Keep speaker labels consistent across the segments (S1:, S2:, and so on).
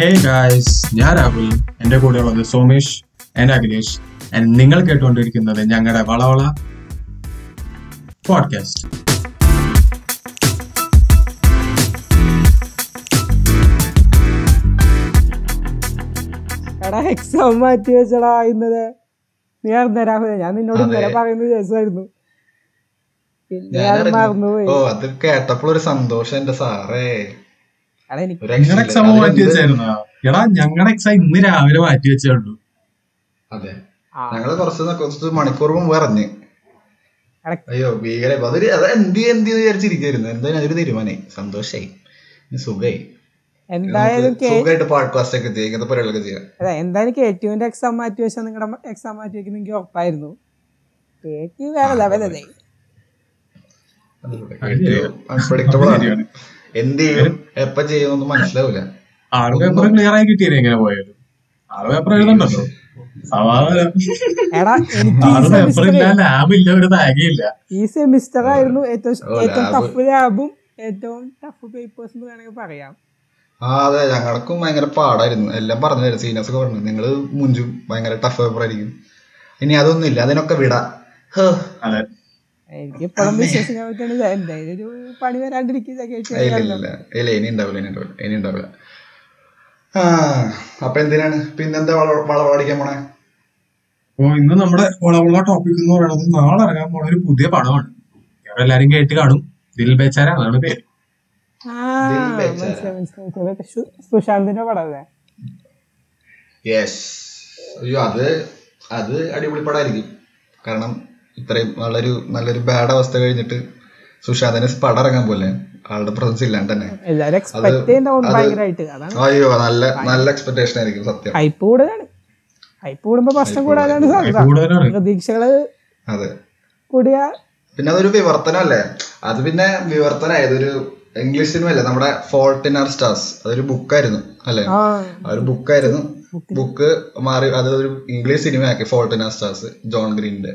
S1: ഹേ guys ഞാൻ രാഹുൽ എൻ്റെ കൂടെയുള്ളത് സോമേഷ് ആൻഡ് അഖിലേഷ് ആൻഡ് നിങ്ങൾ കേട്ടുകൊണ്ടിരിക്കുന്നത് ഞങ്ങളുടെ വളവള പോഡ്കാസ്റ്റ്
S2: എടാ എക്സാം മാറ്റി വെച്ചടാ ഇന്നത് നീ അറിഞ്ഞ രാഹുല ഞാൻ നിന്നോട് ഇന്നലെ
S3: അതെ.
S2: പറയുന്നത് രസമായിരുന്നു പിന്നെ
S3: ഞാൻ
S2: ഞാൻ
S3: അറിഞ്ഞു.
S2: മറന്നുപോയി
S3: ഓ അത് കേട്ടപ്പോൾ ഒരു സന്തോഷം എന്റെ സാറേ
S2: എടാ എനിക്ക്
S3: ഒരു
S1: നിങ്ങളുടെ
S3: രക്ഷയില്ല.
S1: എക്സാം
S3: അതിലെന്ത്?
S1: മാറ്റി വെച്ചായിരുന്നോ എടാ ഞങ്ങളുടെ എക്സാം ഇന്ന് രാവിലെ മാറ്റി വെച്ചേ ഉള്ളൂ
S3: അതെ
S2: ആ,
S3: ഞങ്ങള് കുറച്ച് ന- കുറച്ച് മണിക്കൂർ മുമ്പ് ഇറങ്ങി
S2: എടാ,
S3: അയ്യോ ഭീകര ഇപ്പൊ അതൊരു അത് എന്ത് എന്ത് വിചാരിച്ചിരിക്കുന്നു എന്തായാലും അതൊരു തീരുമാനമായി സന്തോഷായി ഇനി സുഖായി ഇനി
S2: എന്തായാലും
S3: നമുക്ക് സുഖമായിട്ട് പോഡ്കാസ്റ്റ് ഒക്കെ ചെയ്യാം ഇങ്ങനത്തെ പരിപാടികളൊക്കെ ചെയ്യാം
S2: അതെ എന്തായാലും കെ ടുവിന്റെ എക്സാം മാറ്റി വെച്ചാൽ നിങ്ങളുടെ എക്സാം മാറ്റി വെക്കുന്ന എനിക്ക് ഉറപ്പായിരുന്നു കെ ടു വേറെ ലെവലല്ലേ
S3: അൺപ്രഡിക്റ്റബിൾ ആണ് എന്ത് ചെയ്യും എപ്പ ചെയ്യുമെന്ന് മനസ്സിലാവില്ല
S1: ആറ് പേപ്പർ ക്ലിയർ ആയി കിട്ടിയത് എങ്ങനെ പോയത് ആറ് പേപ്പർ എഴുതണ്ടല്ലോ സമാധാനം
S2: എടാ എനിക്ക് ഈ
S1: ആറ് പേപ്പർ
S2: സെമിസ്റ്റർ
S1: ഇല്ല ലാബ് ഇല്ല ഒരു താഗയില്ല
S2: ഈ സെമിസ്റ്റർ ആയിരുന്നു ഏറ്റവും
S3: ഓ,
S2: ഏറ്റവും
S3: lab.
S2: ടഫ് ലാബും ഏറ്റവും ടഫ് പേപ്പേഴ്സ് എന്ന് വേണമെങ്കിൽ പറയാം
S3: ആ അതെ ഞങ്ങൾക്കും ഭയങ്കര പാടായിരുന്നു എല്ലാം പറഞ്ഞു തരും സീനിയേഴ്സ് ഒക്കെ പറഞ്ഞു നിങ്ങൾ മുഞ്ചും ഭയങ്കര ടഫ് പേപ്പർ ആയിരിക്കും ഇനി അതൊന്നുമില്ല അതിനൊക്കെ വിടാം ഹ്.
S1: അതെ
S2: എനിക്ക് ഇപ്പോഴും വിശ്വസിക്കാൻ പറ്റുന്നത് എന്തായാലും ഒരു പണി വരാണ്ടിരിക്കുക കെ ടു
S3: ഇല്ല ഇല്ല, ഇല്ല ഇല്ല ഇനി ഉണ്ടാവില്ല ഇനി ഉണ്ടാവില്ല ഇനി ഉണ്ടാവില്ല ആ അപ്പൊ എന്തിനാണ് പിന്നെന്താ വള- വളവളടിക്കാൻ പോണേ
S1: അപ്പോ ഇന്ന് നമ്മുടെ വളവുള്ള ടോപ്പിക് എന്ന് പറയുന്നത് നാളെ ഇറങ്ങാൻ പോണ ഒരു പുതിയ പടമാണ് എല്ലാരും കേട്ട് കാണും ദിൽ ബേച്ചാര അതാണ് പേര്
S2: ആ,
S3: ദിൽ ബേച്ചാര.
S2: മനസ്സിലായി, മനസ്സിലായി. ഇതൊക്കെ സു- സുശാന്തിന്റെ പടമല്ലേ
S3: യെസ് അയ്യോ അത് അത് അടിപൊളി പടമായിരിക്കും കാരണം ഇത്രയും നല്ലൊരു നല്ലൊരു ബാഡ് അവസ്ഥ കഴിഞ്ഞിട്ട് സുഷാന്തിന് പടം ഇറങ്ങാൻ പോലെ ആളുടെ പ്രസൻസ് ഇല്ലാണ്ട് തന്നെ
S2: എല്ലാരും എക്സ്പെക്ട് ചെയ്യുന്നുണ്ട്
S3: അത്
S2: ഭയങ്കരമായിട്ട് അതാണ്
S3: അയ്യോ നല്ല നല്ല എക്സ്പെക്ടേഷൻ ആയിരിക്കും സത്യം
S2: ഹൈപ്പ് കൂടുതലാണ് ഹൈപ്പ് കൂടുമ്പോ പ്രശ്നം കൂടാനാണ് സാധ്യത
S1: കൂടുതലാണ്
S2: പ്രതീക്ഷകള്
S3: അതെ
S2: കൂടിയ
S3: പിന്നെ അതൊരു വിവർത്തനമല്ലേ അത് പിന്നെ വിവർത്തനമായത് ഒരു ഇംഗ്ലീഷ് സിനിമയല്ലേ നമ്മുടെ ഫോൾട്ടിൻ ആർ സ്റ്റാർസ് അതൊരു ബുക്കായിരുന്നു അല്ലേ
S2: ആ
S3: ആ ഒരു ബുക്കായിരുന്നു ബുക്ക് മാറി അത് ഒരു ഇംഗ്ലീഷ് സിനിമയാക്കി ഫോൾട്ടിൻ ആർ സ്റ്റാർസ് ജോൺ ഗ്രീനിന്റെ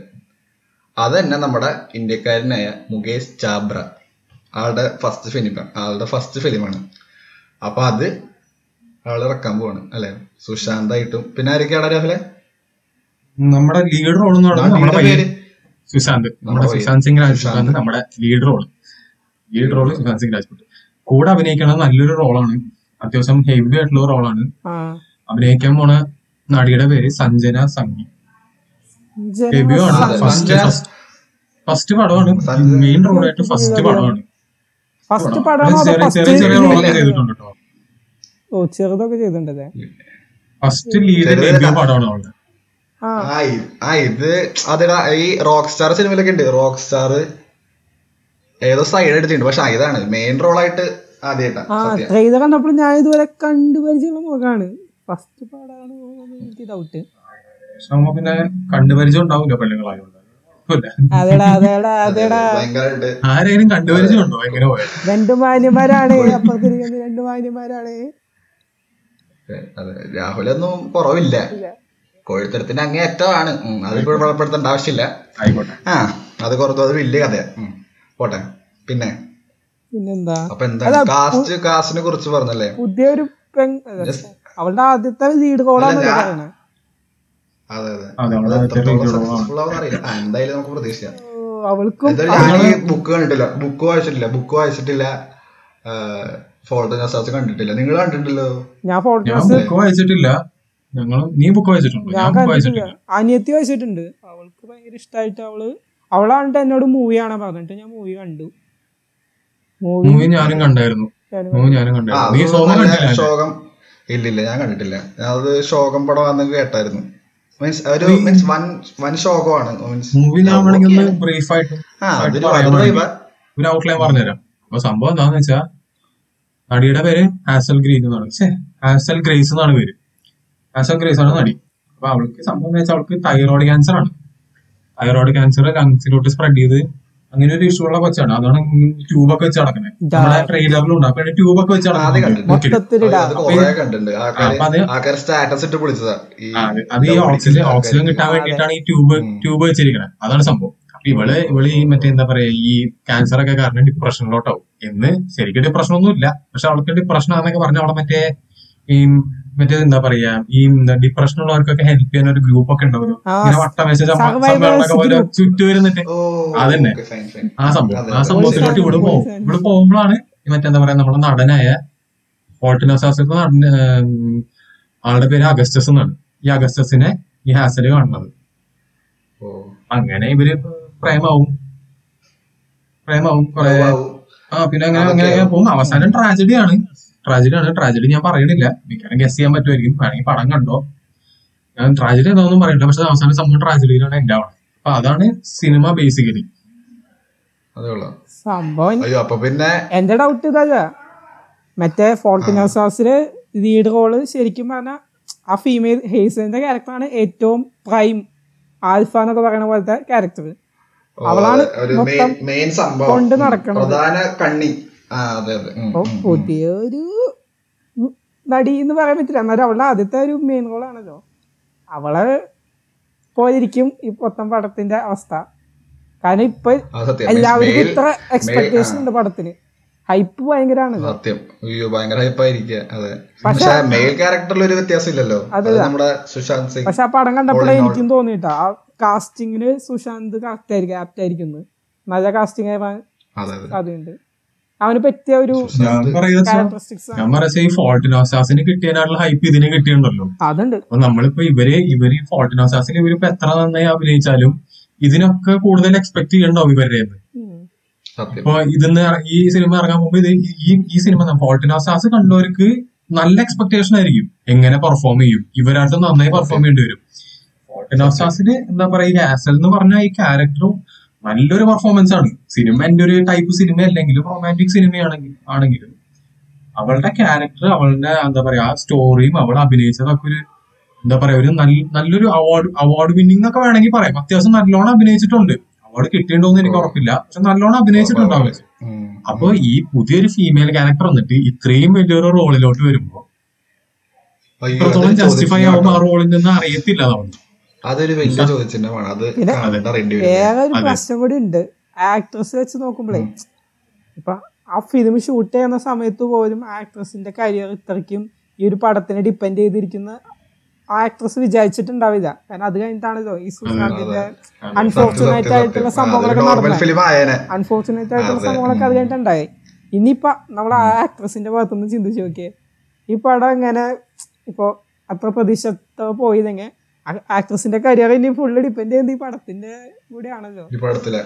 S3: അത് തന്നെ നമ്മുടെ ഇന്ത്യക്കാരനായ മുകേഷ് ചാബ്ര ആളുടെ ഫസ്റ്റ് ഫിലിം ആളുടെ ഫസ്റ്റ് ഫിലിമാണ് അപ്പൊ അത് ആള് ഇറക്കാൻ പോവാണ് അല്ലെ സുശാന്തായിട്ടും പിന്നെ ആരൊക്കെയാണ് രാഹുലെ
S1: നമ്മുടെ ലീഡ് റോൾ എന്ന് പറയുന്നത് നമ്മുടെ
S3: നമ്മുടെ
S1: പയ്യൻ
S3: പേര്
S1: സുശാന്ത് നമ്മുടെ
S3: നമ്മുടെ
S1: സുശാന്ത് സിംഗ് രാജ്പുട്ടാണ് നമ്മുടെ lead role lead role Sushant Singh Rajput കൂടെ അഭിനയിക്കണ നല്ലൊരു റോളാണ് അത്യാവശ്യം ഹെവി ആയിട്ടുള്ള റോളാണ്
S2: ആ
S1: അഭിനയിക്കാൻ പോണ നടിയുടെ പേര് സഞ്ജന സംഗി ഡെബ്യൂ ആണ്
S3: അതെ.
S1: ഫസ്റ്റ്
S3: സഞ്ജന-
S1: ഫസ്റ്റ് ഫസ്റ്റ് പടമാണ്
S3: സഞ്ജന-
S1: മെയിൻ റോളായിട്ട് ഫസ്റ്റ് പടമാണ്
S2: ഫസ്റ്റ്
S1: അവര്
S2: പടമാണോ അതോ
S1: ചെറിയ ചെറിയ ചെറിയ
S2: ഫസ്റ്റ്
S1: റോളൊക്കെ ചെയ്തിട്ടുണ്ട് കേട്ടോ
S2: ഓ ചെറുതൊക്കെ ചെയ്തിട്ടുണ്ടല്ലേ
S1: ഫസ്റ്റ് ലീഡ്
S3: ചെറിയ-
S1: ഡെബ്യൂ പടമാണ് അവളുടെ
S2: ആ
S3: ആ ഇ- ആ ഇത് അതെടാ ഈ റോക്ക് സ്റ്റാർ സിനിമയിലൊക്കെ ഉണ്ട് റോക്ക് സ്റ്റാർ ഏതോ സൈഡ് എടുത്തിട്ടുണ്ട് പക്ഷെ ആ ഇതാണ് മെയിൻ റോൾ ആയിട്ട് ആദ്യമായിട്ടാ
S2: ആ
S3: സത്യം
S2: ട്രെയിലർ കണ്ടപ്പോൾ ഞാൻ ഇതുവരെ കണ്ടുപരിചയമുള്ള മുഖമാണ് ഫസ്റ്റ് പടമാണ് എനിക്ക് ഡൗട്ട്
S1: പക്ഷെ നമ്മ പിന്നെ കണ്ടുപരിചയം ഉണ്ടാവില്ല പെണ്ണുങ്ങളായോണ്ട് ഇല്ല.
S2: അതെടാ അതെടാ അതെടാ
S3: ഭയങ്കരമായിട്ട്
S1: ആരെങ്കിലും കണ്ടുപരിചയം ഉണ്ടോ എങ്ങനെ പോയത്
S2: രണ്ട് മാന്യന്മാരാണ് അപ്പുറത്തിരിക്കുന്നത് രണ്ട് മാന്യന്മാരാണ്
S3: അതെ രാഹുലൊന്നും കുറവില്ല കോഴിത്തരത്തിന്റെ അങ്ങേയറ്റമാണ് ഉം, അതിപ്പോ വെളിപ്പെടുത്തേണ്ട ആവശ്യമില്ല
S1: ആയിക്കോട്ടെ
S3: ആ അത് കുറച്ചു അത് വലിയ കഥ പോട്ടെ പിന്നെ
S2: പിന്നെന്താ
S3: അപ്പൊ എന്താണ് കാസ്റ്റ് കാസ്റ്റിനെ കുറിച്ച് പറഞ്ഞല്ലേ
S2: പുതിയൊരു പെൺ അല്ല,
S3: Yes.
S2: അവളുടെ ആദ്യത്തെ ലീഡ് കോളാണ്
S3: അല്ല, ഞാൻ-
S2: പറയണേ
S3: അതെ അതെ
S1: അതെ,
S3: അത്
S1: അതെ,
S3: എത്രത്തോളം
S1: ചെറിയ
S3: സക്സസ്ഫുൾ ആവുമെന്ന് അറിയില്ല ആ, എന്തായാലും നമുക്ക് പ്രതീക്ഷിക്കാം
S2: ഓ, അവൾക്കും
S3: എന്തായാലും ഞാൻ ഈ ബുക്ക് കണ്ടിട്ടില്ല ബുക്ക് വായിച്ചിട്ടില്ല ബുക്ക് വായിച്ചിട്ടില്ല ഫോൾഡർ നസാസ് കണ്ടിട്ടില്ല നിങ്ങൾ കണ്ടിട്ടില്ലോ
S2: ഞാൻ
S1: ഞാൻ
S2: ഫോട്ടോസ്
S1: ബുക്ക് വായിച്ചിട്ടില്ല ഞങ്ങൾ നീ ബുക്ക് വായിച്ചിട്ടുണ്ടോ
S2: ഞാൻ
S1: ഞാൻ ബുക്ക്
S2: കണ്ടിട്ടില്ല
S1: വായിച്ചിട്ടില്ല
S2: അനിയത്തി വായിച്ചിട്ടുണ്ട് അവൾക്ക് ഭയങ്കര ഇഷ്ടമായിട്ട് അവള് അവളാണ് എന്നോട് മൂവി കാണാൻ പറഞ്ഞിട്ട് ഞാൻ മൂവി കണ്ടു മൂവി
S1: മൂവി ഞാനും കണ്ടായിരുന്നു മൂവി ഞാനും
S3: ആ,
S1: കണ്ടായിരുന്നു
S3: അത്
S1: നീ സോമ
S3: നല്ല
S1: കണ്ടില്ല അല്ലേ?
S3: ശോകം ഇല്ലില്ല ഞാൻ കണ്ടിട്ടില്ല ഞാൻ അത് ശോകം പടമാണെന്ന് കേട്ടായിരുന്നു മീൻസ് ഒരു മീൻസ് വൻ വൻ ശോകമാണ് മീൻസ്
S1: മൂവി ഞാൻ വേണമെങ്കിൽ ഒന്ന് ബ്രീഫ് ആയിട്ട്
S3: ആ അതൊരു
S1: പറയാൻ
S3: വളരെ
S1: വേണ്ടി.
S3: വ-
S1: ഒരു ഔട്ട്ലൈൻ പറഞ്ഞുതരാം അപ്പൊ സംഭവം എന്താന്ന് വെച്ചാ നടിയുടെ പേര് ആസൽ ഗ്രീസ് എന്നാണ് ഛേ ആസൽ ഗ്രേസ് എന്നാണ് പേര് ആസൽ ഗ്രേസ് ആണ് നടി അപ്പൊ അവൾക്ക് സംഭവം എന്ന് വെച്ചാൽ അവൾക്ക് തൈറോയിഡ് ക്യാൻസർ ആണ് തൈറോയിഡ് ക്യാൻസർ ലങ്സിലോട്ട് സ്പ്രെഡ് ചെയ്ത് അങ്ങനെ ഒരു ഇഷ്യൂ ഉള്ള കൊച്ചാണ് അതാണ് ട്യൂബൊക്കെ വെച്ച് നടക്കുന്നത് നമ്മുടെ ട്രെയിലറിലുണ്ട് അപ്പൊ ട്യൂബൊക്കെ വെച്ച്
S3: ആദ്യം
S1: നടക്കുന്നത്
S3: കണ്ടിട്ടുണ്ട്
S1: മുക്കില്.
S2: മൊത്തത്തിലിടാ
S3: അത് കുറെ കണ്ടിട്ടുണ്ട്
S1: അപ്പൊ അത്
S3: ആൾക്കാര് ആൾക്കാര് സ്റ്റാറ്റസ് ഇട്ട് വിളിച്ചതാ ഈ
S1: ആ, അത് അത് ഈ ഓക്സിജൻ ഓക്സിജൻ കിട്ടാൻ വേണ്ടിയിട്ടാണ് ഈ ട്യൂബ് ട്യൂബ് വെച്ചിരിക്കണത് അതാണ് സംഭവം അപ്പൊ ഇവള് ഇവള് ഈ മറ്റേ എന്താ പറയാ ഈ ക്യാൻസർ ഒക്കെ കാരണം ഡിപ്രഷനിലോട്ടാവും എന്ന് ശരിക്കും ഡിപ്രഷൻ ഒന്നും ഇല്ല പക്ഷെ അവൾക്ക് ഡിപ്രഷൻ ആണെന്നൊക്കെ പറഞ്ഞ അവളെ മറ്റേ ഈ മറ്റേ എന്താ പറയാ ഈ എന്താ ഡിപ്രഷൻ ഉള്ളവർക്കൊക്കെ ഹെൽപ്പ് ചെയ്യാൻ ഒരു ഗ്രൂപ്പ് ഒക്കെ ഉണ്ടാവുമല്ലോ
S2: ആ,
S1: ഇങ്ങനെ വട്ടം വെച്ച സമ്മ-
S2: survivors
S1: സമ്മേളനമൊക്കെ പോലെ
S2: group.
S1: ചുറ്റു വരുന്നിട്ട്
S3: ഓ
S1: അതന്നെ.
S3: Okay, fine, fine.
S1: ആ സംഭവം
S3: അതെ,
S1: ആ
S3: അതെ.
S1: സംഭവത്തിലോട്ട് ഇവിടെ
S2: ഒരു
S1: പോകും
S2: സാധനം.
S1: ഇവിടെ പോകുമ്പോഴാണ് ഈ മറ്റെന്താ പറയാ നമ്മുടെ നടനായ ഫോൾട്ടിനോസാസിന്റെ നടൻ ഉം, ആളുടെ പേര് അഗസ്റ്റസ് എന്നാണ് ഈ അഗസ്റ്റസിനെ ഈ ഹാസല് കാണുന്നത്
S3: ഓ
S1: അങ്ങനെ ഇവര് പ്രേമാവും പ്രേമാവും
S3: ഓ,
S1: കുറെ
S3: wow.
S1: ആ പിന്നെ അങ്ങനെ അങ്ങനെ
S3: അതൊക്കെ
S1: പോകും അവസാനം ട്രാജഡിയാണ് ട്രാജഡിയാണ് ട്രാജഡി ഞാൻ പറയണില്ല മിക്കവാറും ഗസ് ചെയ്യാൻ പറ്റുമായിരിക്കും വേണമെങ്കിൽ പടം കണ്ടോ ഞാൻ ട്രാജഡി എന്താണെന്നും പറയില്ല പക്ഷെ അവസാനം സംഭവം ട്രാജഡിയിലാണ് എൻ്റെ ആവണം അപ്പൊ അതാണ് സിനിമ ബേസിക്കലി
S3: അതേ ഉള്ളൂ
S2: സംഭവം
S3: അയ്യോ അപ്പൊ പിന്നെ
S2: എന്റെ ഡൗട്ട് ഇതാ മറ്റേ ഫോൾട്ടിനോസാസില് ലീഡ് റോള് ശരിക്കും പറഞ്ഞാൽ ആ ഫീമെയിൽ ഹേസലിന്റെ ക്യാരക്ടറാണ് ഏറ്റവും പ്രൈം ആൽഫ എന്നൊക്കെ പറയുന്ന പോലത്തെ ക്യാരക്ടർ
S3: ഓ,
S2: അവളാണ്
S3: അതെ, ഒരു
S2: മൊത്തം
S3: മെയിൻ സംഭവം
S2: കൊണ്ട്
S3: ഉം.
S2: നടക്കണത്.
S3: പ്രധാന കണ്ണി ആ അതെ അതെ ഉം,
S2: അപ്പൊ
S3: ഉം, ഉം.
S2: പുതിയ ഒരു നടി എന്ന് പറയാൻ പറ്റില്ല എന്നാലും അവളുടെ ആദ്യത്തെ ഒരു മെയിൻ റോളാണല്ലോ അവളെ പോയിരിക്കും ഈ മൊത്തം പടത്തിന്റെ അവസ്ഥ കാരണം ഇപ്പൊ
S3: ആ സത്യം
S2: എല്ലാവർക്കും
S3: male-
S2: ഇത്ര
S3: male-
S2: എക്സ്പെക്ടേഷൻ
S3: ആ.
S2: ഉണ്ട് പടത്തിന് ഹൈപ്പ് ഭയങ്കരമാണല്ലോ
S3: സത്യം അയ്യോ ഭയങ്കര ഹൈപ്പായിരിക്കുക അതെ പക്ഷെ മെയിൽ ക്യാരക്ടറിൽ ഒരു വ്യത്യാസം ഇല്ലല്ലോ അത് നമ്മുടെ സുശാന്ത് സിംഗ്
S2: പക്ഷെ ആ പടം കണ്ടപ്പോഴേ
S3: All in all.
S2: എനിക്കും തോന്നിട്ടാ ആ കാസ്റ്റിങ്ങിന് സുശാന്ത് കറക്റ്റ് ആയിരിക്കും ആപ്റ്റ് ആയിരിക്കും എന്ന്. നല്ല കാസ്റ്റിംഗ് ആവാൻ
S3: അതെ അതെ
S2: സാധ്യതയുണ്ട് അവന് പറ്റിയ ഒരു
S1: ഞാൻ പറയുന്നത് സോ-
S2: ക്യാരക്ടറിസ്റ്റിക്സ്
S1: ഞാൻ പറയുന്നത് ഈ ഫോൾട്ടിനോസാസിന് കിട്ടിയതിനുള്ള ഹൈപ്പ് ഇതിന് കിട്ടിയിട്ടുണ്ടല്ലോ
S2: അതുണ്ട്
S1: അപ്പൊ നമ്മളിപ്പോ ഇവര് ഇവര് ഈ ഫോൾട്ടിനോസാസിന് ഇവരിപ്പോ എത്ര നന്നായി അഭിനയിച്ചാലും ഇതിനൊക്കെ കൂടുതൽ എക്സ്പെക്ട് ചെയ്യണ്ടാവും ഇവരുടെ കയ്യിന്ന്.
S2: ഉം.
S3: സത്യം
S1: ഇപ്പൊ ഇതിന്ന് ഇറ- ഈ സിനിമ ഇറങ്ങാൻ മുമ്പ് ഇത് ഈ- ഈ ഈ സിനിമ ഫോൾട്ടിനോസാസ് കണ്ടവർക്ക് നല്ല എക്സ്പെക്ടേഷൻ ആയിരിക്കും എങ്ങനെ പെർഫോം ചെയ്യും ഇവരായിട്ട് നന്നായി പെർഫോം ചെയ്യേണ്ടി വരും ഫോൾട്ടിനോസാസിന് എന്താ പറയുക ആസൽ എന്ന് പറഞ്ഞ ഈ ക്യാരക്ടറും നല്ലൊരു പെർഫോമൻസ് ആണ് സിനിമ എന്റെ ഒരു ടൈപ്പ് സിനിമ അല്ലെങ്കിലും റൊമാൻറ്റിക് സിനിമയാണെങ്കിൽ ആണെങ്കിലും അവളുടെ ക്യാരക്ടർ അവളുടെ എന്താ പറയാ ആ സ്റ്റോറിയും അവൾ അഭിനയിച്ചതൊക്കെ ഒരു എന്താ പറയാ ഒരു നല്ല നല്ലൊരു അവാർഡ് അവാർഡ് വിന്നിംഗ് എന്നൊക്കെ വേണമെങ്കിൽ പറയാം അത്യാവശ്യം നല്ലോണം അഭിനയിച്ചിട്ടുണ്ട് അവാർഡ് കിട്ടിയിട്ടുണ്ടോന്ന് എനിക്ക് ഉറപ്പില്ല പക്ഷെ നല്ലോണം അഭിനയിച്ചിട്ടുണ്ട് അവര്
S3: ഉം.
S1: അപ്പൊ ഈ പുതിയൊരു ഫീമെയിൽ ക്യാരക്ടർ വന്നിട്ട് ഇത്രയും വലിയൊരു റോളിലോട്ട് വരുമ്പോ
S3: അയ്യോ,
S1: ഇത്രത്തോളം
S3: അതൊരു
S1: ജസ്റ്റിഫൈ
S3: ചോദ്യചിഹ്നം
S1: ആവുമ്പോ ആ
S3: കേട്ടോ.
S1: റോളിൽ നിന്ന് അറിയത്തില്ല നമ്മൾ
S3: അതൊരു വലിയ ചോദ്യചിഹ്നമാണ് അത്
S2: പിന്നെ
S3: കണ്ടറിയേണ്ടി വരും
S2: വേറെ ഒരു
S1: അതെ.
S2: പ്രശ്നം കൂടി ഉണ്ട് ആക്ട്രസ് വെച്ച് നോക്കുമ്പോഴേ ഇപ്പൊ ആ ഫിലിം ഷൂട്ട് ചെയ്യുന്ന സമയത്ത് പോലും ആക്ട്രസിന്റെ കരിയർ ഇത്രയ്ക്കും ഈ ഒരു പടത്തിനെ ഡിപ്പെൻഡ് ചെയ്തിരിക്കുന്ന ആ ആക്ട്രസ് വിചാരിച്ചിട്ടുണ്ടാവില്ല കാരണം അത് കഴിഞ്ഞിട്ടാണല്ലോ ഈ സുശാന്തിന്റെ അൺഫോർച്ചുനേറ്റ് ആയിട്ടുള്ള സംഭവങ്ങളൊക്കെ
S3: നോർമൽ
S2: നടന്നത്
S3: ഫിലിം ആയേനെ
S2: അൺഫോർച്ചുനേറ്റ് ആയിട്ടുള്ള
S3: അതെ.
S2: സംഭവങ്ങളൊക്കെ അത് കഴിഞ്ഞിട്ടുണ്ടായി ഇനിയിപ്പോ നമ്മൾ ആ ആക്ട്രസിന്റെ ഭാഗത്തുനിന്ന് ചിന്തിച്ച് നോക്കിയേ ഈ പടം ഇങ്ങനെ ഇപ്പോ അത്ര പ്രതീക്ഷത്തോ പോയില്ലെങ്കിൽ ആക്ട്രസിന്റെ കരിയർ ഇനി ഫുള്ള് ഡിപ്പെൻഡ് ചെയ്യുന്നത് ഈ പടത്തിന്റെ കൂടെയാണല്ലോ
S3: ഈ പടത്തിലെ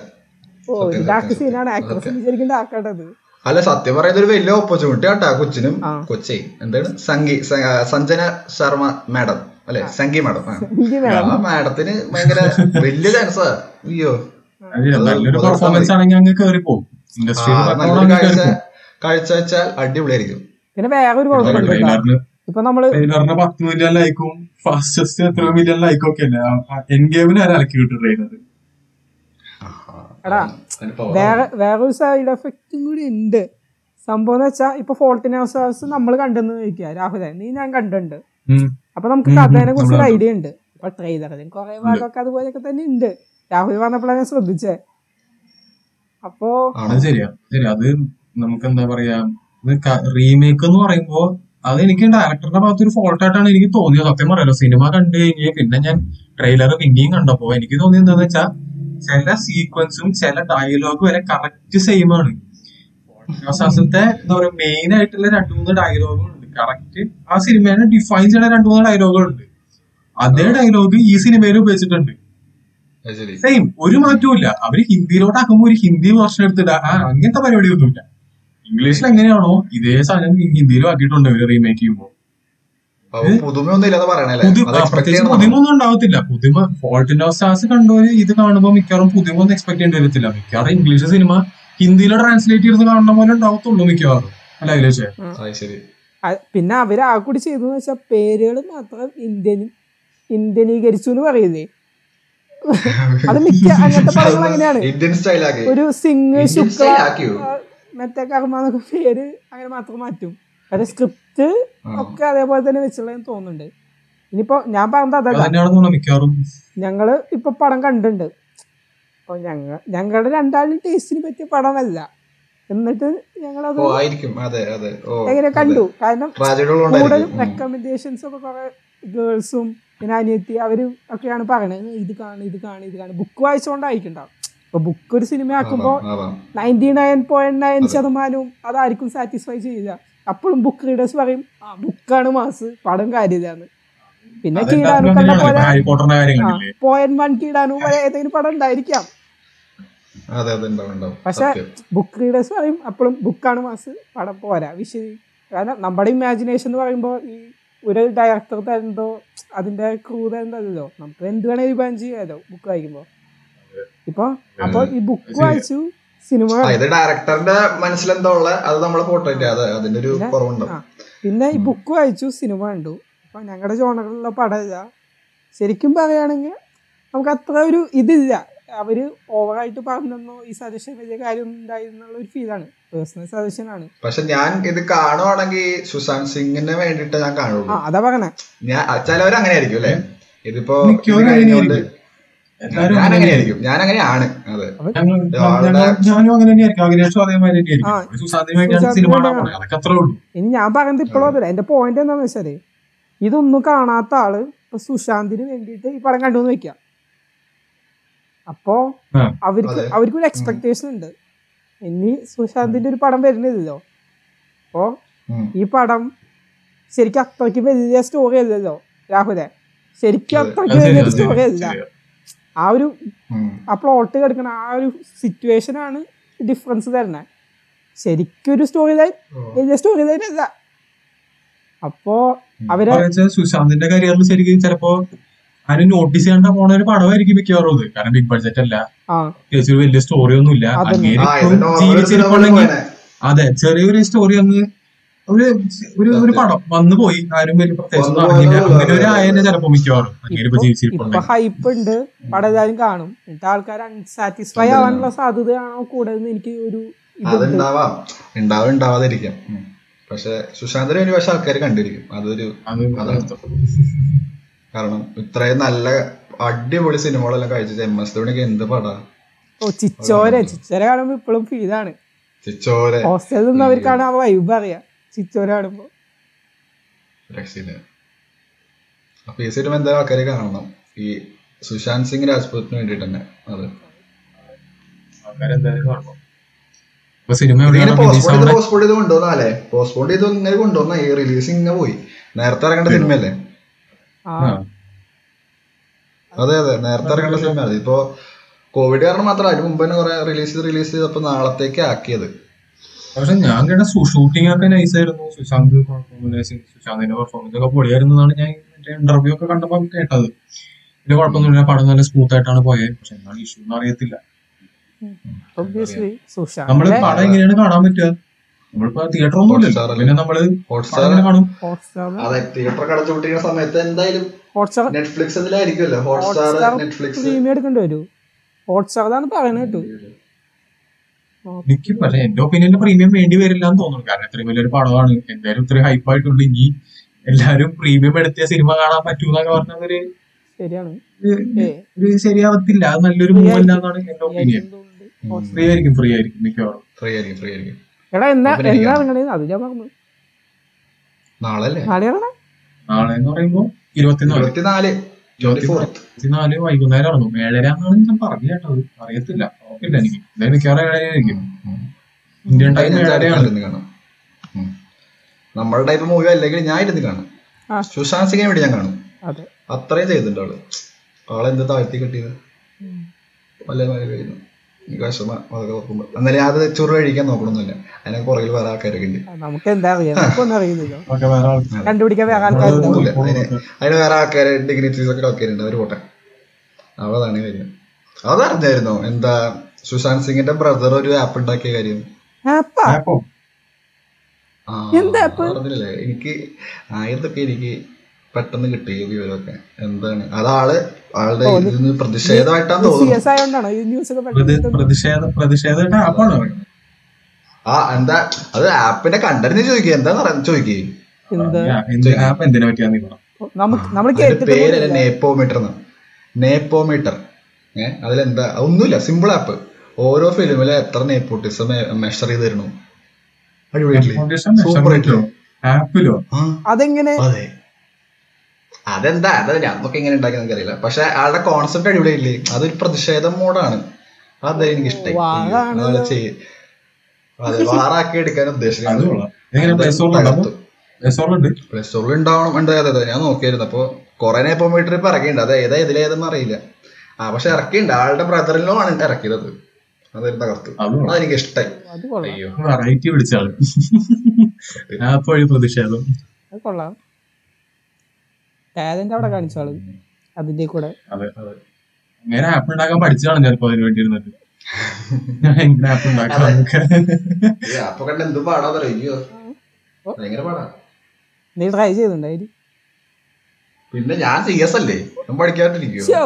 S2: ഓ ഒരു
S3: സത്യം,
S2: ഡാർക്ക്
S3: സത്യം,
S2: സീനാണ് ആക്ട്രസ് വിചാരിക്കേണ്ട ആക്കേണ്ടത്
S3: അല്ല സത്യം പറയുന്നത് ഒരു വലിയ ഓപ്പർച്യൂണിറ്റി ആട്ടാ കൊച്ചിനും
S2: ആ.
S3: കൊച്ചി എന്താണ് സംഗി സ- ആ, സഞ്ജന ശർമ്മ മാഡം അല്ലെ സംഗി മാഡം ആ.
S2: എനിക്ക് വേണം
S3: ആ മാഡത്തിന് ഭയങ്കര വലിയ ചാൻസാ അയ്യോ
S1: നല്ലൊരു
S3: അത്
S1: പെർഫോമൻസ് ആണെങ്കിൽ അങ്ങ് കയറി പോകും
S3: ആ,
S1: ഇൻഡസ്ട്രിയിൽ
S3: നല്ലൊരു കാഴ്ച കാഴ്ച വെച്ചാൽ അടിപൊളിയായിരിക്കും
S2: പിന്നെ വേറെ ഒരു കുഴപ്പമുണ്ട് കേട്ടോ.
S1: ട്രെയിലറിന്
S2: ഇപ്പൊ നമ്മള്
S1: ട്രെയിലറിന് പത്ത് മില്യൺ ലൈക്കും ഫാസ്റ്റസ്റ്റ് എത്ര മില്യൺ ലൈക്കും ഒക്കെ അല്ലേ എൻ ഗെയിമിന് ആരും അലക്കി കിട്ടും ട്രെയിലർ
S2: എടാ
S3: അതിന് power
S2: വേറെ വേറൊരു സൈഡ് എഫക്റ്റും കൂടി ഉണ്ട് സംഭവം എന്ന് വെച്ചാൽ ഇപ്പൊ ഫോൾട്ടിൻ ഹൗസ് നമ്മൾ കണ്ടെന്ന് ചോദിക്കുക രാഹുലെ നീ ഞാൻ കണ്ടിട്ടുണ്ട് അപ്പൊ നമുക്ക്
S1: ഉം, ഉം,
S2: കഥേനെ കുറിച്ച് ഒരു
S1: നമ്മളാണ്.
S2: ഐഡിയ ഉണ്ട് അപ്പൊ ട്രെയിലറിൽ കുറെ ഭാഗമൊക്കെ അതുപോലെയൊക്കെ തന്നെ ഉണ്ട് രാഹുൽ പറഞ്ഞപ്പോഴാണ് ഞാൻ ശ്രദ്ധിച്ചേ അപ്പോ
S3: ആണോ?
S1: അത് ശരിയാ ശരി അത് നമുക്ക് എന്താ പറയാ റീമേക്ക് എന്ന് പറയുമ്പോ അത് എനിക്ക് ഡയറക്ടറുടെ ഭാഗത്ത് ഒരു fault ആയിട്ടാണ് എനിക്ക് തോന്നിയത് സത്യം പറയാലോ സിനിമ കണ്ടു കഴിഞ്ഞ് പിന്നെ ഞാൻ ട്രെയിലർ പിന്നെയും കണ്ടപ്പോ എനിക്ക് തോന്നിയത് എന്താന്ന് വെച്ചാൽ ചില സീക്വൻസും ചില ഡയലോഗ് വരെ കറക്റ്റ് സെയിം ആണ് അവസാനത്തെ എന്താ പറയാ മെയിൻ ആയിട്ടുള്ള രണ്ട് മൂന്ന് ഡയലോഗുകളുണ്ട് കറക്റ്റ് ആ സിനിമേനെ ഡിഫൈൻ ചെയ്യുന്ന രണ്ട് മൂന്ന് ഡയലോഗുകളുണ്ട് അതേ ഡയലോഗ് ഈ സിനിമയിൽ ഉപയോഗിച്ചിട്ടുണ്ട്
S3: അത് ശരി
S1: സെയിം ഒരു മാറ്റവും ഇല്ല അവര് ഹിന്ദിയിലോട്ടാക്കുമ്പോ ഒരു ഹിന്ദി വേർഷൻ എടുത്തിട്ട് ആ അങ്ങനത്തെ പരിപാടിയൊന്നുമില്ല ഇംഗ്ലീഷിൽ എങ്ങനെയാണോ ഇതേ സാധനം ഹി- ഹിന്ദിയിലും ആക്കിയിട്ടുണ്ട് അവര് റീമേക്ക് ചെയ്യുമ്പോൾ
S3: അപ്പൊ പുതുമയൊന്നും ഇല്ലാതെ പറയണല്ലേ
S1: പുതു
S3: അത്
S1: ആ,
S3: എക്സ്പെക്ട്
S1: പ്രത്യേകിച്ച് പുതുമ ഒന്നും ഉണ്ടാവത്തില്ല പുതുമ ഫോൾട്ടിന്റെ സ്റ്റാർസ് കണ്ടവര് ഇത് കാണുമ്പോൾ മിക്കവാറും പുതുമ ഒന്നും എക്സ്പെക്ട് ചെയ്യേണ്ടി വരത്തില്ല മിക്കവാറും ഇംഗ്ലീഷ് സിനിമ ഹിന്ദിയിലോ ട്രാൻസ്ലേറ്റ് ചെയ്ത് കാണുന്ന പോലെ ഉണ്ടാവത്തുള്ളൂ മിക്കവാറും അല്ല അഖിലേഷേ
S3: അത് ശരി
S2: അ- പിന്നെ അവര് ആ കൂടി ചെയ്തെന്ന് വെച്ചാൽ പേരുകൾ മാത്രം ഇന്ത്യൻ ഇന്ത്യനീകരിച്ചു എന്ന് പറയുന്നേ അത് മിക്ക അങ്ങനത്തെ പടങ്ങൾ അങ്ങനെയാണ്
S3: ഇന്ത്യൻ സ്റ്റൈലാക്കി
S2: ഒരു സിംഗ്
S3: ഇന്ത്യൻ
S2: ശുക്ല
S3: style ആക്കിയോ?
S2: ആ, മറ്റേ കർമ്മ എന്നൊക്കെ പേര് അങ്ങനെ മാത്രം മാറ്റും പക്ഷെ സ്ക്രിപ്റ്റ്
S3: ആ.
S2: ഒക്കെ അതേപോലെ തന്നെ വെച്ചുള്ളതെന്ന് തോന്നുന്നുണ്ട് ഇനിയിപ്പോ ഞാൻ പറഞ്ഞത് അതല്ല
S1: അതന്നെയാണെന്ന് തോന്നുന്നു മിക്കവാറും
S2: ഞങ്ങള് ഇപ്പൊ പടം കണ്ടിട്ടുണ്ട് അപ്പൊ ഞങ്ങ ഞങ്ങളുടെ രണ്ടാളും ടേസ്റ്റിന് പറ്റിയ പടമല്ല എന്നിട്ട് ഞങ്ങളത്
S3: ഓ ആയിരിക്കും അതെ അതെ ഓ
S2: എങ്ങനെ കണ്ടു കാരണം
S3: ട്രാജഡി
S2: കൂടുതൽ
S3: ഉള്ളതുകൊണ്ടായിരിക്കും ഉം.
S2: റെക്കമെൻഡേഷൻസ് ഒക്കെ കുറെ ഗേൾസും പിന്നെ അനിയത്തി അവര് ഒക്കെയാണ് പറയണത് ഇത് കാണും ഇത് കാണും ഇത് കാണും ബുക്ക് വായിച്ചുകൊണ്ടായിരിക്കുണ്ടാവും ഇപ്പൊ ബുക്ക് ഒരു സിനിമ ആക്കുമ്പോൾ
S3: ആവാം, ആവാം.
S2: നയൻറ്റി നയൻ പോയിന്റ് നയൻ ശതമാനവും അതായിരിക്കും സാറ്റിസ്ഫൈ ചെയ്യില്ല അപ്പോഴും ബുക്ക് റീഡേഴ്സ് പറയും ആ ബുക്കാണ് മാസ് പടം കാര്യമില്ലാന്ന് പിന്നെ
S1: അതെല്ലാവർക്കും
S2: കീടാനുക്കളുടെ
S1: അങ്ങനെയാണല്ലോ. ഇപ്പൊ
S2: പോലെ
S1: ഹാരി പോട്ടറിന്റെ കാര്യം കണ്ടില്ലേ
S2: പോയിന്റ് വൺ കീടാനു പോലെ ഏതെങ്കിലും പടം ഉണ്ടായിരിക്കാം
S3: അതെ അതെ ഉണ്ടാവും ഉണ്ടാവും
S2: പക്ഷെ
S3: സത്യം.
S2: ബുക്ക് റീഡേഴ്സ് പറയും അപ്പോഴും ബുക്കാണ് മാസ് പടം പോരാ വിശ്വസി കാരണം നമ്മുടെ ഇമാജിനേഷൻ എന്ന് പറയുമ്പോൾ ഈ ഒരു ഡയറക്ടർ തരുന്നതോ അതിൻ്റെ ക്രൂ തരുന്നതല്ലോ നമുക്ക് എന്ത് വേണേലും ബാൻ ചെയ്യാമല്ലോ ബുക്ക് വായിക്കുമ്പോൾ ഇപ്പോൾ അപ്പോൾ ഈ ബുക്ക് വായിച്ചു സിനിമ
S3: ആ, ഇത് ഡയറക്ടറിന്റെ മനസ്സിലെന്തോ ഉള്ള അത് നമ്മളെ പോർട്രേറ്റ് അത് അതിന്റെ ഒരു കുറവുണ്ടാവും
S2: ആ പിന്നെ ഈ ബുക്ക് വായിച്ചു സിനിമ കണ്ടു അപ്പം ഞങ്ങളുടെ ജോണറിലുള്ള പടമില്ല ശരിക്കും പറയുകയാണെങ്കിൽ നമുക്ക് അത്ര ഒരു ഇതില്ല അവർ ഓവറായിട്ട് പറഞ്ഞെന്നോ ഈ സജഷൻ വലിയ കാര്യം ഉണ്ടായിരുന്നുള്ള ഒരു ഫീലാണ് പേഴ്സണൽ സജഷനാണ്
S3: പക്ഷെ ഞാൻ ഇത് കാണുവാണെങ്കിൽ സുശാന്ത് സിംഗിന് വേണ്ടിയിട്ട്
S2: ആ
S3: ഞാൻ കാണുള്ളൂ
S2: അതാ പറഞ്ഞേ
S3: ഞാൻ ചിലവർ അങ്ങനെ ആയിരിക്കും അല്ലെ ഇതിപ്പോ
S1: മിക്കവരും
S3: ഇത് കഴിഞ്ഞുകൊണ്ട്
S1: അങ്ങനെയായിരിക്കും. എല്ലാവരും
S3: ഞാൻ അങ്ങനെ
S1: അങ്ങനെ
S3: ആയിരിക്കും ഞാൻ അങ്ങനെയാണ് അതെ
S1: ഞങ്ങൾ
S3: ആളുടെ-
S1: ഞങ്ങൾ- ഞാനും അങ്ങനെ തന്നെയായിരിക്കും അഖിലേഷും അതേമാതിരി
S2: ആ.
S1: തന്നെയായിരിക്കും ഒരു സുശാന്തിന് വേണ്ടി ഞാൻ
S2: സുശാന്തിന്
S1: സിനിമ കാണാൻ
S2: വേണ്ടിയാണ്.
S1: പോണേ അതൊക്കെ അത്രേ ഉള്ളൂ
S2: ഇനി ഞാൻ പറയുന്നത് ഇപ്പോഴും അതല്ല എൻ്റെ പോയിന്റ് എന്താണെന്ന് വെച്ചാൽ ഇതൊന്നും കാണാത്ത ആള് ഇപ്പൊ സുശാന്തിന് വേണ്ടിയിട്ട് ഈ പടം കണ്ടു എന്ന് വെക്കാം അപ്പോൾ
S1: ആ.
S2: അവർക്ക്
S3: അതെ.
S2: അവർക്കൊരു എക്സ്പെക്ടേഷൻ ഉണ്ട് ഇനി സുശാന്തിൻ്റെ ഒരു പടം വരുന്നില്ലല്ലോ അപ്പോൾ
S3: ഉം.
S2: ഈ പടം ശരിക്കും അത്രയ്ക്ക് വലിയ സ്റ്റോറി അല്ലല്ലോ രാഹുലെ ശരിക്കും
S3: അതെ.
S1: അത്
S2: അത്രയ്ക്ക്
S1: ശരിയാ,
S2: വലിയൊരു
S1: അത്
S2: സ്റ്റോറി
S1: ശരിയാ,
S2: അല്ല
S1: ശരിയാ.
S2: ആ ഒരു
S3: ഉം.
S2: ആ പ്ലോട്ട് കിടക്കുന്ന ആ ഒരു സിറ്റുവേഷനാണ് ഡിഫറൻസ് തരണേ ശരിക്കും ഒരു സ്റ്റോറി ലൈൻ
S3: ഓ.
S2: വലിയ സ്റ്റോറി ലൈൻ അല്ല അപ്പോ അവരെ
S1: അപ്പൊ വെച്ചാ സുശാന്തിന്റെ കരിയറിൽ ശരിക്കും ചിലപ്പോ ആരും നോട്ടീസ് ചെയ്യേണ്ട പോണ ഒരു പടമായിരിക്കും മിക്കവാറും ഇത് കാരണം ബിഗ് ബഡ്ജറ്റ് അല്ല
S2: ആ
S1: ചേച്ചി ഒരു വലിയ സ്റ്റോറി ഒന്നും ഇല്ല
S2: അതന്നെ.
S3: ആ ഇത് normal ഒരു cinema പോലെ
S1: ജീവിച്ചിരിപ്പുണ്ടെങ്കിൽ
S3: പോയേനെ.
S1: അതെ ചെറിയൊരു സ്റ്റോറി അങ്ങ് ഒരു ഒരു ഒരു പടം വന്നു പോയി ആരും വലിയ പ്രത്യേകിച്ച് ഒന്നും അറിഞ്ഞില്ല
S3: വന്നു പോയതേ
S1: അങ്ങനെ ഒരു
S3: ഉള്ളൂ.
S1: ആയനെ ചിലപ്പോ മിക്കവാറും അങ്ങനെ ഇപ്പൊ
S2: ഇപ്പൊ- ഇപ്പൊ
S1: ജീവിച്ചിരിപ്പുണ്ടെങ്കിൽ
S2: ഹൈപ്പ് ഉണ്ട് പടം എല്ലാവരും കാണും എന്നിട്ട് ആൾക്കാർ അൺസാറ്റിസ്ഫൈ ആവാനുള്ള സാധ്യതയാണോ കൂടുതലെന്ന് എനിക്ക് ഒരു ഇതുണ്ട്
S3: അതുണ്ടാവാം ഉണ്ടാവും ഉണ്ടാവാതിരിക്കും ഉം. പക്ഷെ സുശാന്തിന് വേണ്ടി പക്ഷെ ആൾക്കാർ കണ്ടിരിക്കും അതൊരു
S1: അത്
S3: കാരണം ഇത്രയും നല്ല അടിപൊളി സിനിമകളെല്ലാം കഴിച്ചത് എം എസ് ധോണിക്ക് എന്ത് പടാ
S2: ഓ ചിച്ചോരെ ചിച്ചോരെ കാണുമ്പോ ഇപ്പോഴും ഫീലാണ്
S3: ചിച്ചോരെ
S2: ഹോസ്റ്റലിൽ നിന്ന് അവർക്കാണ് ആ വൈബ് അറിയാം ചിച്ചോരെ കാണുമ്പോ
S3: രക്ഷയില്ല അപ്പൊ ഈ സിനിമ എന്തായാലും ആൾക്കാർ കാണണം ഈ സുശാന്ത് സിംഗ് രാജ്പൂത്തിന് വേണ്ടിട്ട് തന്നെ അത്
S1: ആൾക്കാരെന്തായാലും കാണണം അപ്പൊ സിനിമ എവിടെയാണ്
S3: ഇതിങ്ങനെ
S1: വിദേശ
S3: പോസ്റ്റ്പോൺ ചെയ്ത് പോസ്റ്റ്പോൺ ചെയ്ത് കൊണ്ടുവന്നാലേ പോസ്റ്റ്പോൺ ചെയ്ത് ഇങ്ങനെ കൊണ്ടുവന്ന ഈ റിലീസ് ഇങ്ങനെ പോയി നേരത്തെ ഇറങ്ങേണ്ട സിനിമയല്ലേ
S2: ആ
S1: ആ
S3: അതെ അതെ നേരത്തെ ഇറങ്ങേണ്ട സിനിമയാണ് ഇപ്പോ കോവിഡ് കാരണം മാത്രം അതിന് മുമ്പ് തന്നെ കുറെ റിലീസ് ചെയ്ത് റിലീസ് ചെയ്തപ്പോ നാളത്തേക്ക് ആക്കിയത്
S1: പക്ഷെ ഞാൻ കേട്ട ഷൂട്ടിംഗ് ഒക്കെ നൈസ് ആയിരുന്നു സുശാന്ത് കുഴപ്പമൊന്നുമില്ല. സു- സുശാന്തിന്റെ പെർഫോമൻസ് ഒക്കെ പൊളിയായിരുന്നു എന്നാണ് ഞാൻ മറ്റേ ഇന്റർവ്യൂ ഒക്കെ കണ്ടപ്പോൾ കേട്ടത് പിന്നെ കുഴപ്പമൊന്നുമില്ല പടം നല്ല സ്മൂത്ത് ആയിട്ടാണ് പോയത് പക്ഷെ എന്താണ് ഇഷ്യൂ എന്ന് അറിയത്തില്ല
S2: ഒബ്വിയസ്ലി സുഷാന്ത്
S1: നമ്മള് പടം എങ്ങനെയാണ് കാണാൻ പറ്റുക നമ്മളിപ്പോ തിയേറ്റർ ഒന്നും ഇല്ലല്ലോ
S3: Hotstar അല്ലേ?
S1: പിന്നെ നമ്മള് പടം
S3: ഹോട്ട്സ്റ്റാർ
S1: എങ്ങനെ കാണും
S2: ഹോട്ട്സ്റ്റാർ
S3: അതെ തിയേറ്റർ കടച്ചുപിട്ടിരിക്കുന്ന സമയത്ത് എന്തായാലും
S2: ഹോട്ട്സ്റ്റാർ
S3: നെറ്റ്ഫ്ലിക്സ് ഇതിലായിരിക്കുമല്ലോ ഹോട്ട്സ്റ്റാർ
S2: ഹോട്ട്സ്റ്റാർ
S3: നെറ്റ്ഫ്ലിക്സ്
S2: പ്രീമിയം എടുക്കേണ്ടി വരൂ ഹോട്ട്സ്റ്റാറിലാണ് പറയണ കേട്ടു
S1: എനിക്ക് പക്ഷെ എന്റെ ഒപ്പീനിയനിൽ പ്രീമിയം വേണ്ടി വരില്ല എന്ന് തോന്നുന്നു കാരണം ഇത്രയും വലിയൊരു പടമാണ് എന്തായാലും ഇത്രയും ഹൈപ്പായിട്ടുണ്ട് ഇനി എല്ലാവരും പ്രീമിയം എടുത്തിയ സിനിമ കാണാൻ പറ്റൂന്നൊക്കെ പറഞ്ഞത് ഒരു
S2: ശരിയാണ്
S1: ഒരു-
S2: ഏ,
S1: ഒരു ശരിയാവത്തില്ല അത് നല്ലൊരു മൂവ് അല്ല എന്നാണ് എന്റെ ഒപ്പീനിയൻ
S2: ആയിരിക്കും തോന്നുന്നുണ്ട്. ഹോട്ട്സ്റ്റാർ.
S1: ഫ്രീ ആയിരിക്കും ഫ്രീ ആയിരിക്കും മിക്കവാറും
S3: ഫ്രീ ആയിരിക്കും ഫ്രീ ആയിരിക്കും
S2: എടാ എന്നാ
S3: അപ്പൊ എനിക്ക്
S2: എന്നാ
S3: കാണാം.
S2: ഇറങ്ങണേ അത് ഞാൻ പറഞ്ഞു
S3: നാളെ അല്ലേ
S2: നാളെ ഇറങ്ങണേ
S1: നാളെ എന്ന് പറയുമ്പോ ഇരുപത്തിനാല്
S3: ഇരുപത്തിനാല്
S1: ഇരുപത്തി
S3: ഫോർത്ത്
S1: ഇരുപത്തിനാല് വൈകുന്നേരം ഇറങ്ങും ഏഴര എന്നാണ് ഞാൻ പറഞ്ഞു കേട്ടത് അറിയത്തില്ല ഉറപ്പില്ല എനിക്ക് എന്തായാലും മിക്കവാറും ഏഴരയായിരിക്കും ഇന്ത്യൻ ടൈം
S3: ഞാൻ
S1: ഏഴരയാണ്
S3: ഇരുന്ന് കാണും ഉം. നമ്മുടെ ടൈപ്പ് മൂവി അല്ലെങ്കിൽ ഞാൻ ഇരുന്ന് കാണും
S2: ആ.
S3: സുശാന്ത് സിംഗിനെ വേണ്ടി ഞാൻ കാണും
S2: അതെ
S3: അത്രയും ചെയ്തിട്ടുണ്ട് ആള് ആളെന്ത് താഴ്ത്തി കിട്ടിയത് പല പല കഴിയുന്നു എനിക്ക് വിഷമ അതൊക്കെ ഓർക്കുമ്പോൾ എന്നാലും അത് ചുറു കഴിക്കാൻ നോക്കണമെന്നില്ല അതിനെ പുറകിൽ വേറെ ആൾക്കാരൊക്കെ ഉണ്ട്
S2: ആ, നമുക്ക് എന്താ അറിയാം നമുക്കൊന്നും അറിയില്ലല്ലോ
S1: ഓക്കെ വേറെ ആൾക്ക്
S2: കണ്ടുപിടിക്കാൻ വേറെ ആൾക്കാരുണ്ടാവും
S3: ഒന്നുമില്ല. അതിന് അതിന് വേറെ ആൾക്കാര് ഡിഗ്നിറ്റീസ് ഒക്കെ ആൾക്കാരുണ്ട് അവര് പോട്ടെ അവതാണ് കാര്യം അതറിഞ്ഞായിരുന്നോ എന്താ സുശാന്ത് സിംഗിന്റെ ബ്രദർ ഒരു ആപ്പ് ഉണ്ടാക്കിയ കാര്യം
S2: ആപ്പാ
S1: അപ്പോ
S3: ആ,
S2: എന്ത് app?
S3: അറിഞ്ഞില്ലേ എനിക്ക് ആയതൊക്കെ എനിക്ക് പെട്ടെന്ന് കിട്ടി ഈ വിവരമൊക്കെ എന്താണ് അതാള് ആളുടെ ഇതിന് പ്രതിഷേധമായിട്ടാന്ന്
S2: സി
S3: തോന്നുന്നു
S2: എസ് ആയോണ്ടാണോ ഈ ന്യൂസ് ഒക്കെ
S1: പ്രതി-
S2: പെട്ടെന്ന്
S1: പ്രതിഷേധ പ്രതിഷേധയുടെ ആപ്പാണ് പറയുന്നത്
S3: ആ എന്താ അത് ആപ്പിന്റെ കണ്ടന്റ് ചോദിക്കുക എന്താന്ന് അറിയാൻ ചോദിക്കുക
S2: എന്ത്
S1: എന്ത് ആപ്പ് എന്തിനെ പറ്റിയാന്ന് നീ പറ
S2: നമുക്ക് നമ്മൾ
S3: അതിന്റെ
S2: കേട്ടിട്ട്
S3: പേര്
S2: പോലും ഇല്ല.
S3: നേപ്പോമീറ്റർ എന്ന് നേപ്പോമീറ്റർ ഏഹ് അതിലെന്താ ഒന്നുമില്ല സിമ്പിൾ ആപ്പ് ഓരോ ഫിലിമിലും എത്ര നെപ്പോട്ടിസം മെഷർ ചെയ്ത് തരണു അടിപൊളിയായിട്ടില്ലേ സൂപ്പർ ആയിട്ടില്ലേ
S1: ആപ്പിലോ
S3: ആ
S2: അതെങ്ങനെ
S3: അതെ അതെന്താ അത് നമുക്ക് എങ്ങനെ ഉണ്ടാക്കി അറിയില്ല പക്ഷെ ആളുടെ കോൺസെപ്റ്റ് അടിപൊളിയില്ലേ അതൊരു പ്രതിഷേധം മോഡാണ് അത് എനിക്ക്
S2: ഓ, അതാണ്
S3: ഇഷ്ടമായി അതെ വാറാക്കി എടുക്കാൻ
S1: അത്
S3: ഉദ്ദേശിക്കുന്നത്
S1: കൊള്ളാം എങ്ങനെ പ്ലേ സ്റ്റോറിലുണ്ടാവും പ്ലേ സ്റ്റോറിലുണ്ട്
S3: പ്ലേ സ്റ്റോറിൽ ഉണ്ടാവണം ഉണ്ട് അതെ അതെ ഞാൻ നോക്കിയായിരുന്നു അപ്പൊ കൊറേ നേപ്പം വീട്ടിൽ ഇപ്പൊ ഇറക്കിയിട്ടുണ്ട് അത് ഏതാ ഇതിലേതെന്ന് അറിയില്ല ആ പക്ഷെ ഇറക്കിയിട്ടുണ്ട് ആളുടെ ബ്രദറിലോ ആണ് ഇറക്കിയത് അത്. അതൊരു തകർത്തു
S1: അത് കൊള്ളാം
S3: അതെനിക്ക് ഇഷ്ടായി
S2: അത് കൊള്ളാം
S3: അയ്യോ
S1: വെറൈറ്റി പിടിച്ചാള് ആപ്പ് വഴി പ്രതിഷേധം
S2: അത് കൊള്ളാം ടാലന്റ് അവിടെ കാണിച്ചാള് അതിന്റെ കൂടെ
S1: അതെ അതെ ഇങ്ങനെ ആപ്പ് ഉണ്ടാക്കാൻ പഠിച്ചതാണ് ചിലപ്പോ അതിന് വേണ്ടി ഇരുന്നിട്ട് ഞാൻ എങ്ങനെ ആപ്പ് ഉണ്ടാക്കാം എന്നൊക്കെ.
S3: ഈ അപ്പൊ കണ്ട എന്ത് പാടാ അയ്യോ ഭയങ്കര പാടാ
S2: നീ ട്രൈ ചെയ്തിട്ടുണ്ടായി
S3: പിന്നെ ഞാൻ സി എസ് അല്ലേ ഞാൻ പഠിക്കാണ്ടിരിക്കോ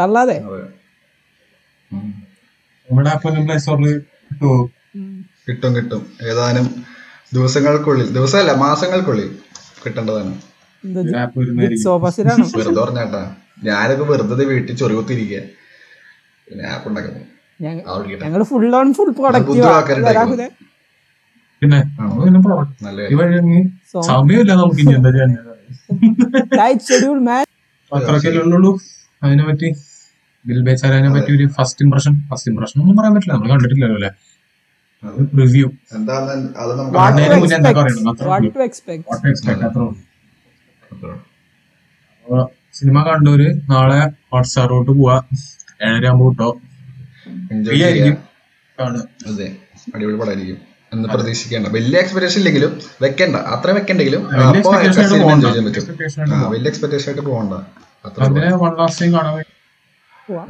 S2: തള്ളാതെ
S3: അതെ ഉം.
S1: നമ്മുടെ ആപ്പ് പ്ലേ സ്റ്റോറിൽ കിട്ടുമോ
S3: കിട്ടും കിട്ടും ഏതാനും ദിവസങ്ങൾക്കുള്ളിൽ ദിവസമല്ല മാസങ്ങൾക്കുള്ളിൽ കിട്ടേണ്ടതാണ്
S2: എന്താ
S1: ഒരു ആപ്പ് വരുന്നതായിരിക്കും
S2: സോഫാസിലാണോ
S3: വെറുതെ പറഞ്ഞാട്ടാ ഞാനൊക്കെ വെറുതെ വീട്ടിൽ ചൊറിവത്തിരിക്കുക പിന്നെ ആപ്പ് ഉണ്ടാക്കുന്നു
S2: ഞങ്ങ
S3: ആ ഒരു കിട്ടാൻ
S2: ഞങ്ങൾ ഫുൾ ഓൺ ഫുൾ പ്രൊഡക്റ്റീവ്
S3: ബുദ്ധി ആൾക്കാരുണ്ടായി.
S1: പിന്നെ
S3: ആണോ?
S1: പിന്നെ പോവാം.
S3: നല്ല
S1: ഈ
S3: കാര്യം.
S1: വഴി അങ്ങ് സമയമില്ല നമുക്ക് ഇനി എന്താ ചെയ്യാൻ
S2: ഷെഡ്യൂൾ മാൻ
S1: അത്രക്കല്ലേ ഉള്ളൂ അതിനെ പറ്റി ബിൽ ബേച്ചാരാനെ പറ്റി ഒരു ഫസ്റ്റ് ഇംപ്രഷൻ ഫസ്റ്റ് ഇimpression ഒന്നും പറയാൻ പറ്റില്ല നമ്മൾ കണ്ടിട്ടില്ലല്ലോ അല്ലേ
S3: അത്
S1: റിവ്യൂ
S3: എന്താന്ന് അത് നമുക്ക്
S2: വാട്ട്
S1: അതിനെ
S2: ടു
S1: കുറിച്ച് എന്താ
S2: എക്സ്പെക്ട്
S1: പറയണം? അത്രേ
S2: വാട്ട്
S1: ഉള്ളൂ.
S2: ടു എക്സ്പെക്ട്
S3: അത്രേ.
S1: സിനിമ കണ്ടവര് നാളെ ഹോട്ട്സ്റ്റാറോട്ട് പോവാ ഏഴരയാകുമ്പോ കിട്ടോ
S3: Enjoy
S1: ഫ്രീ
S3: ചെയ്യാം.
S1: ആയിരിക്കും കാണുക.
S3: അതെ അടിപൊളി പടായിരിക്കും എന്ന് പ്രതീക്ഷിക്കേണ്ട വലിയ എക്സ്പെക്ടേഷൻ ഇല്ലെങ്കിലും വെക്കണ്ട അത്ര വെക്കണ്ടെങ്കിലും
S1: വലിയ
S3: അപ്പൊ
S1: expectation ആയിട്ട്
S3: cinema enjoy
S1: പോകണ്ട.
S3: ചെയ്യാൻ പറ്റും
S1: Expectation ആയിട്ട്
S3: ആ, വലിയ എക്സ്പെക്ടേഷൻ ആയിട്ട് പോകണ്ട അത്ര
S1: അതിനെ വൺ ലാസ്റ്റ് ടൈം കാണാൻ വേണ്ടി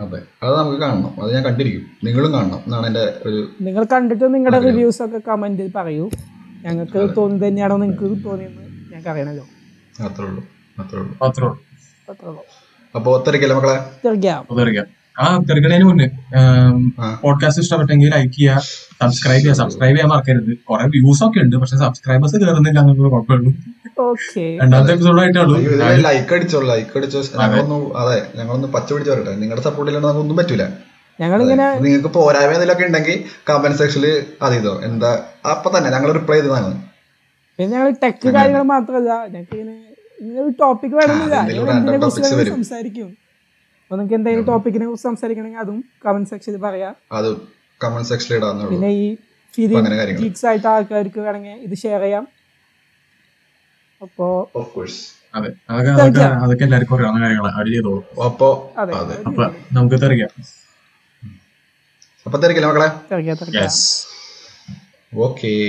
S3: അതെ അത് നമുക്ക് കാണണം അത് ഞാൻ കണ്ടിരിക്കും നിങ്ങളും കാണണം എന്നാണ് എന്റെ ഒരു
S2: നിങ്ങൾ കണ്ടിട്ട് നിങ്ങളുടെ റിവ്യൂസ് ഒക്കെ കമന്റിൽ പറയൂ ഞങ്ങൾക്ക് തോന്നി തന്നെയാണോ നിങ്ങൾക്ക് തോന്നിയെന്ന് ഞങ്ങൾക്ക് അറിയണല്ലോ
S3: അത്രേ ഉള്ളൂ അത്രേ ഉള്ളൂ
S1: മാത്രമേ ഉള്ളൂ
S3: അപ്പൊ ഒത്തരക്കല്ലേ മക്കളെ
S2: തിരിക്കാം
S1: അത് അറിയാം. ആ തിരക്കടേന് മുന്നേ
S3: ആ.
S1: പോഡ്കാസ്റ്റ് ഇഷ്ടപ്പെട്ടെങ്കിൽ ലൈക്ക് ചെയ്യുക സബ്സ്ക്രൈബ് ചെയ്യുക സബ്സ്ക്രൈബ് ചെയ്യാൻ മറക്കരുത് കുറെ വ്യൂസ് ഒക്കെ ഉണ്ട് പക്ഷെ സബ്സ്ക്രൈബേഴ്സ് കയറുന്നില്ല എന്നുള്ള കുഴപ്പമുള്ളൂ
S2: ഓക്കെ
S1: രണ്ടാമത്തെ എപ്പിസോഡ്
S3: അയ്യോ,
S1: ആയിട്ടാണ്
S3: ഇതിലെ ലൈക്ക് അടിച്ചോ ലൈക്ക് അടിച്ചോ ഞങ്ങളൊന്നും അതെ ഞങ്ങളൊന്നും പച്ച പിടിച്ച് വരട്ടെ നിങ്ങളുടെ സപ്പോർട്ട് ഇല്ലാണ്ട് നമുക്കൊന്നും പറ്റൂല
S2: ഞങ്ങളിങ്ങനെ
S3: നിങ്ങൾക്ക് പോരായ്മ എന്തെങ്കിലുമൊക്കെ ഉണ്ടെങ്കിൽ കമന്റ് സെക്ഷനിൽ അത് ചെയ്തോ എന്താ അപ്പൊ തന്നെ ഞങ്ങൾ റിപ്ലൈ ചെയ്തതാണ്
S2: പിന്നെ ഞങ്ങൾ ടെക് കാര്യങ്ങൾ മാത്രമല്ല ഞങ്ങൾക്ക് ഇങ്ങനെ ഇങ്ങനെ ഒരു ടോപ്പിക് വേണമെന്നില്ല
S3: ആ, എന്തെങ്കിലും
S2: ഞങ്ങൾ എന്തിനെ
S3: random
S2: കുറിച്ച്
S3: topics
S2: വേണമെങ്കിലും
S3: വരും.
S2: സംസാരിക്കും അപ്പൊ നിങ്ങൾക്ക് എന്തെങ്കിലും ടോപ്പിക്കിനെ കുറിച്ച് സംസാരിക്കണമെങ്കിൽ അതും കമന്റ് സെക്ഷനിൽ പറയാം
S3: അത് കമന്റ് സെക്ഷനിൽ ഇടാന്നുള്ളൂ
S2: പിന്നെ ഈ
S3: അപ്പൊ അങ്ങനെ കാര്യങ്ങൾ.
S2: ഫിലിംസ് ആയിട്ട് ആൾക്കാർക്ക് വേണമെങ്കിൽ ഇത് ഷെയർ ചെയ്യാം അപ്പോ
S3: ഓഫ് കോഴ്സ്
S1: അതെ അതൊക്കെ അതൊക്കെ അതൊക്കെ എല്ലാവർക്കും അറിയാവുന്ന കാര്യങ്ങളാണ് അത് ചെയ്തോളൂ
S3: അപ്പോ
S2: അതെ
S3: അതെ
S1: അപ്പൊ നമുക്ക് തെറിയാം
S3: അപ്പൊ തിരക്കില്ല മക്കളെ
S2: തിരക്കാം തിരക്കാം
S1: യെസ്
S3: ഓക്കേ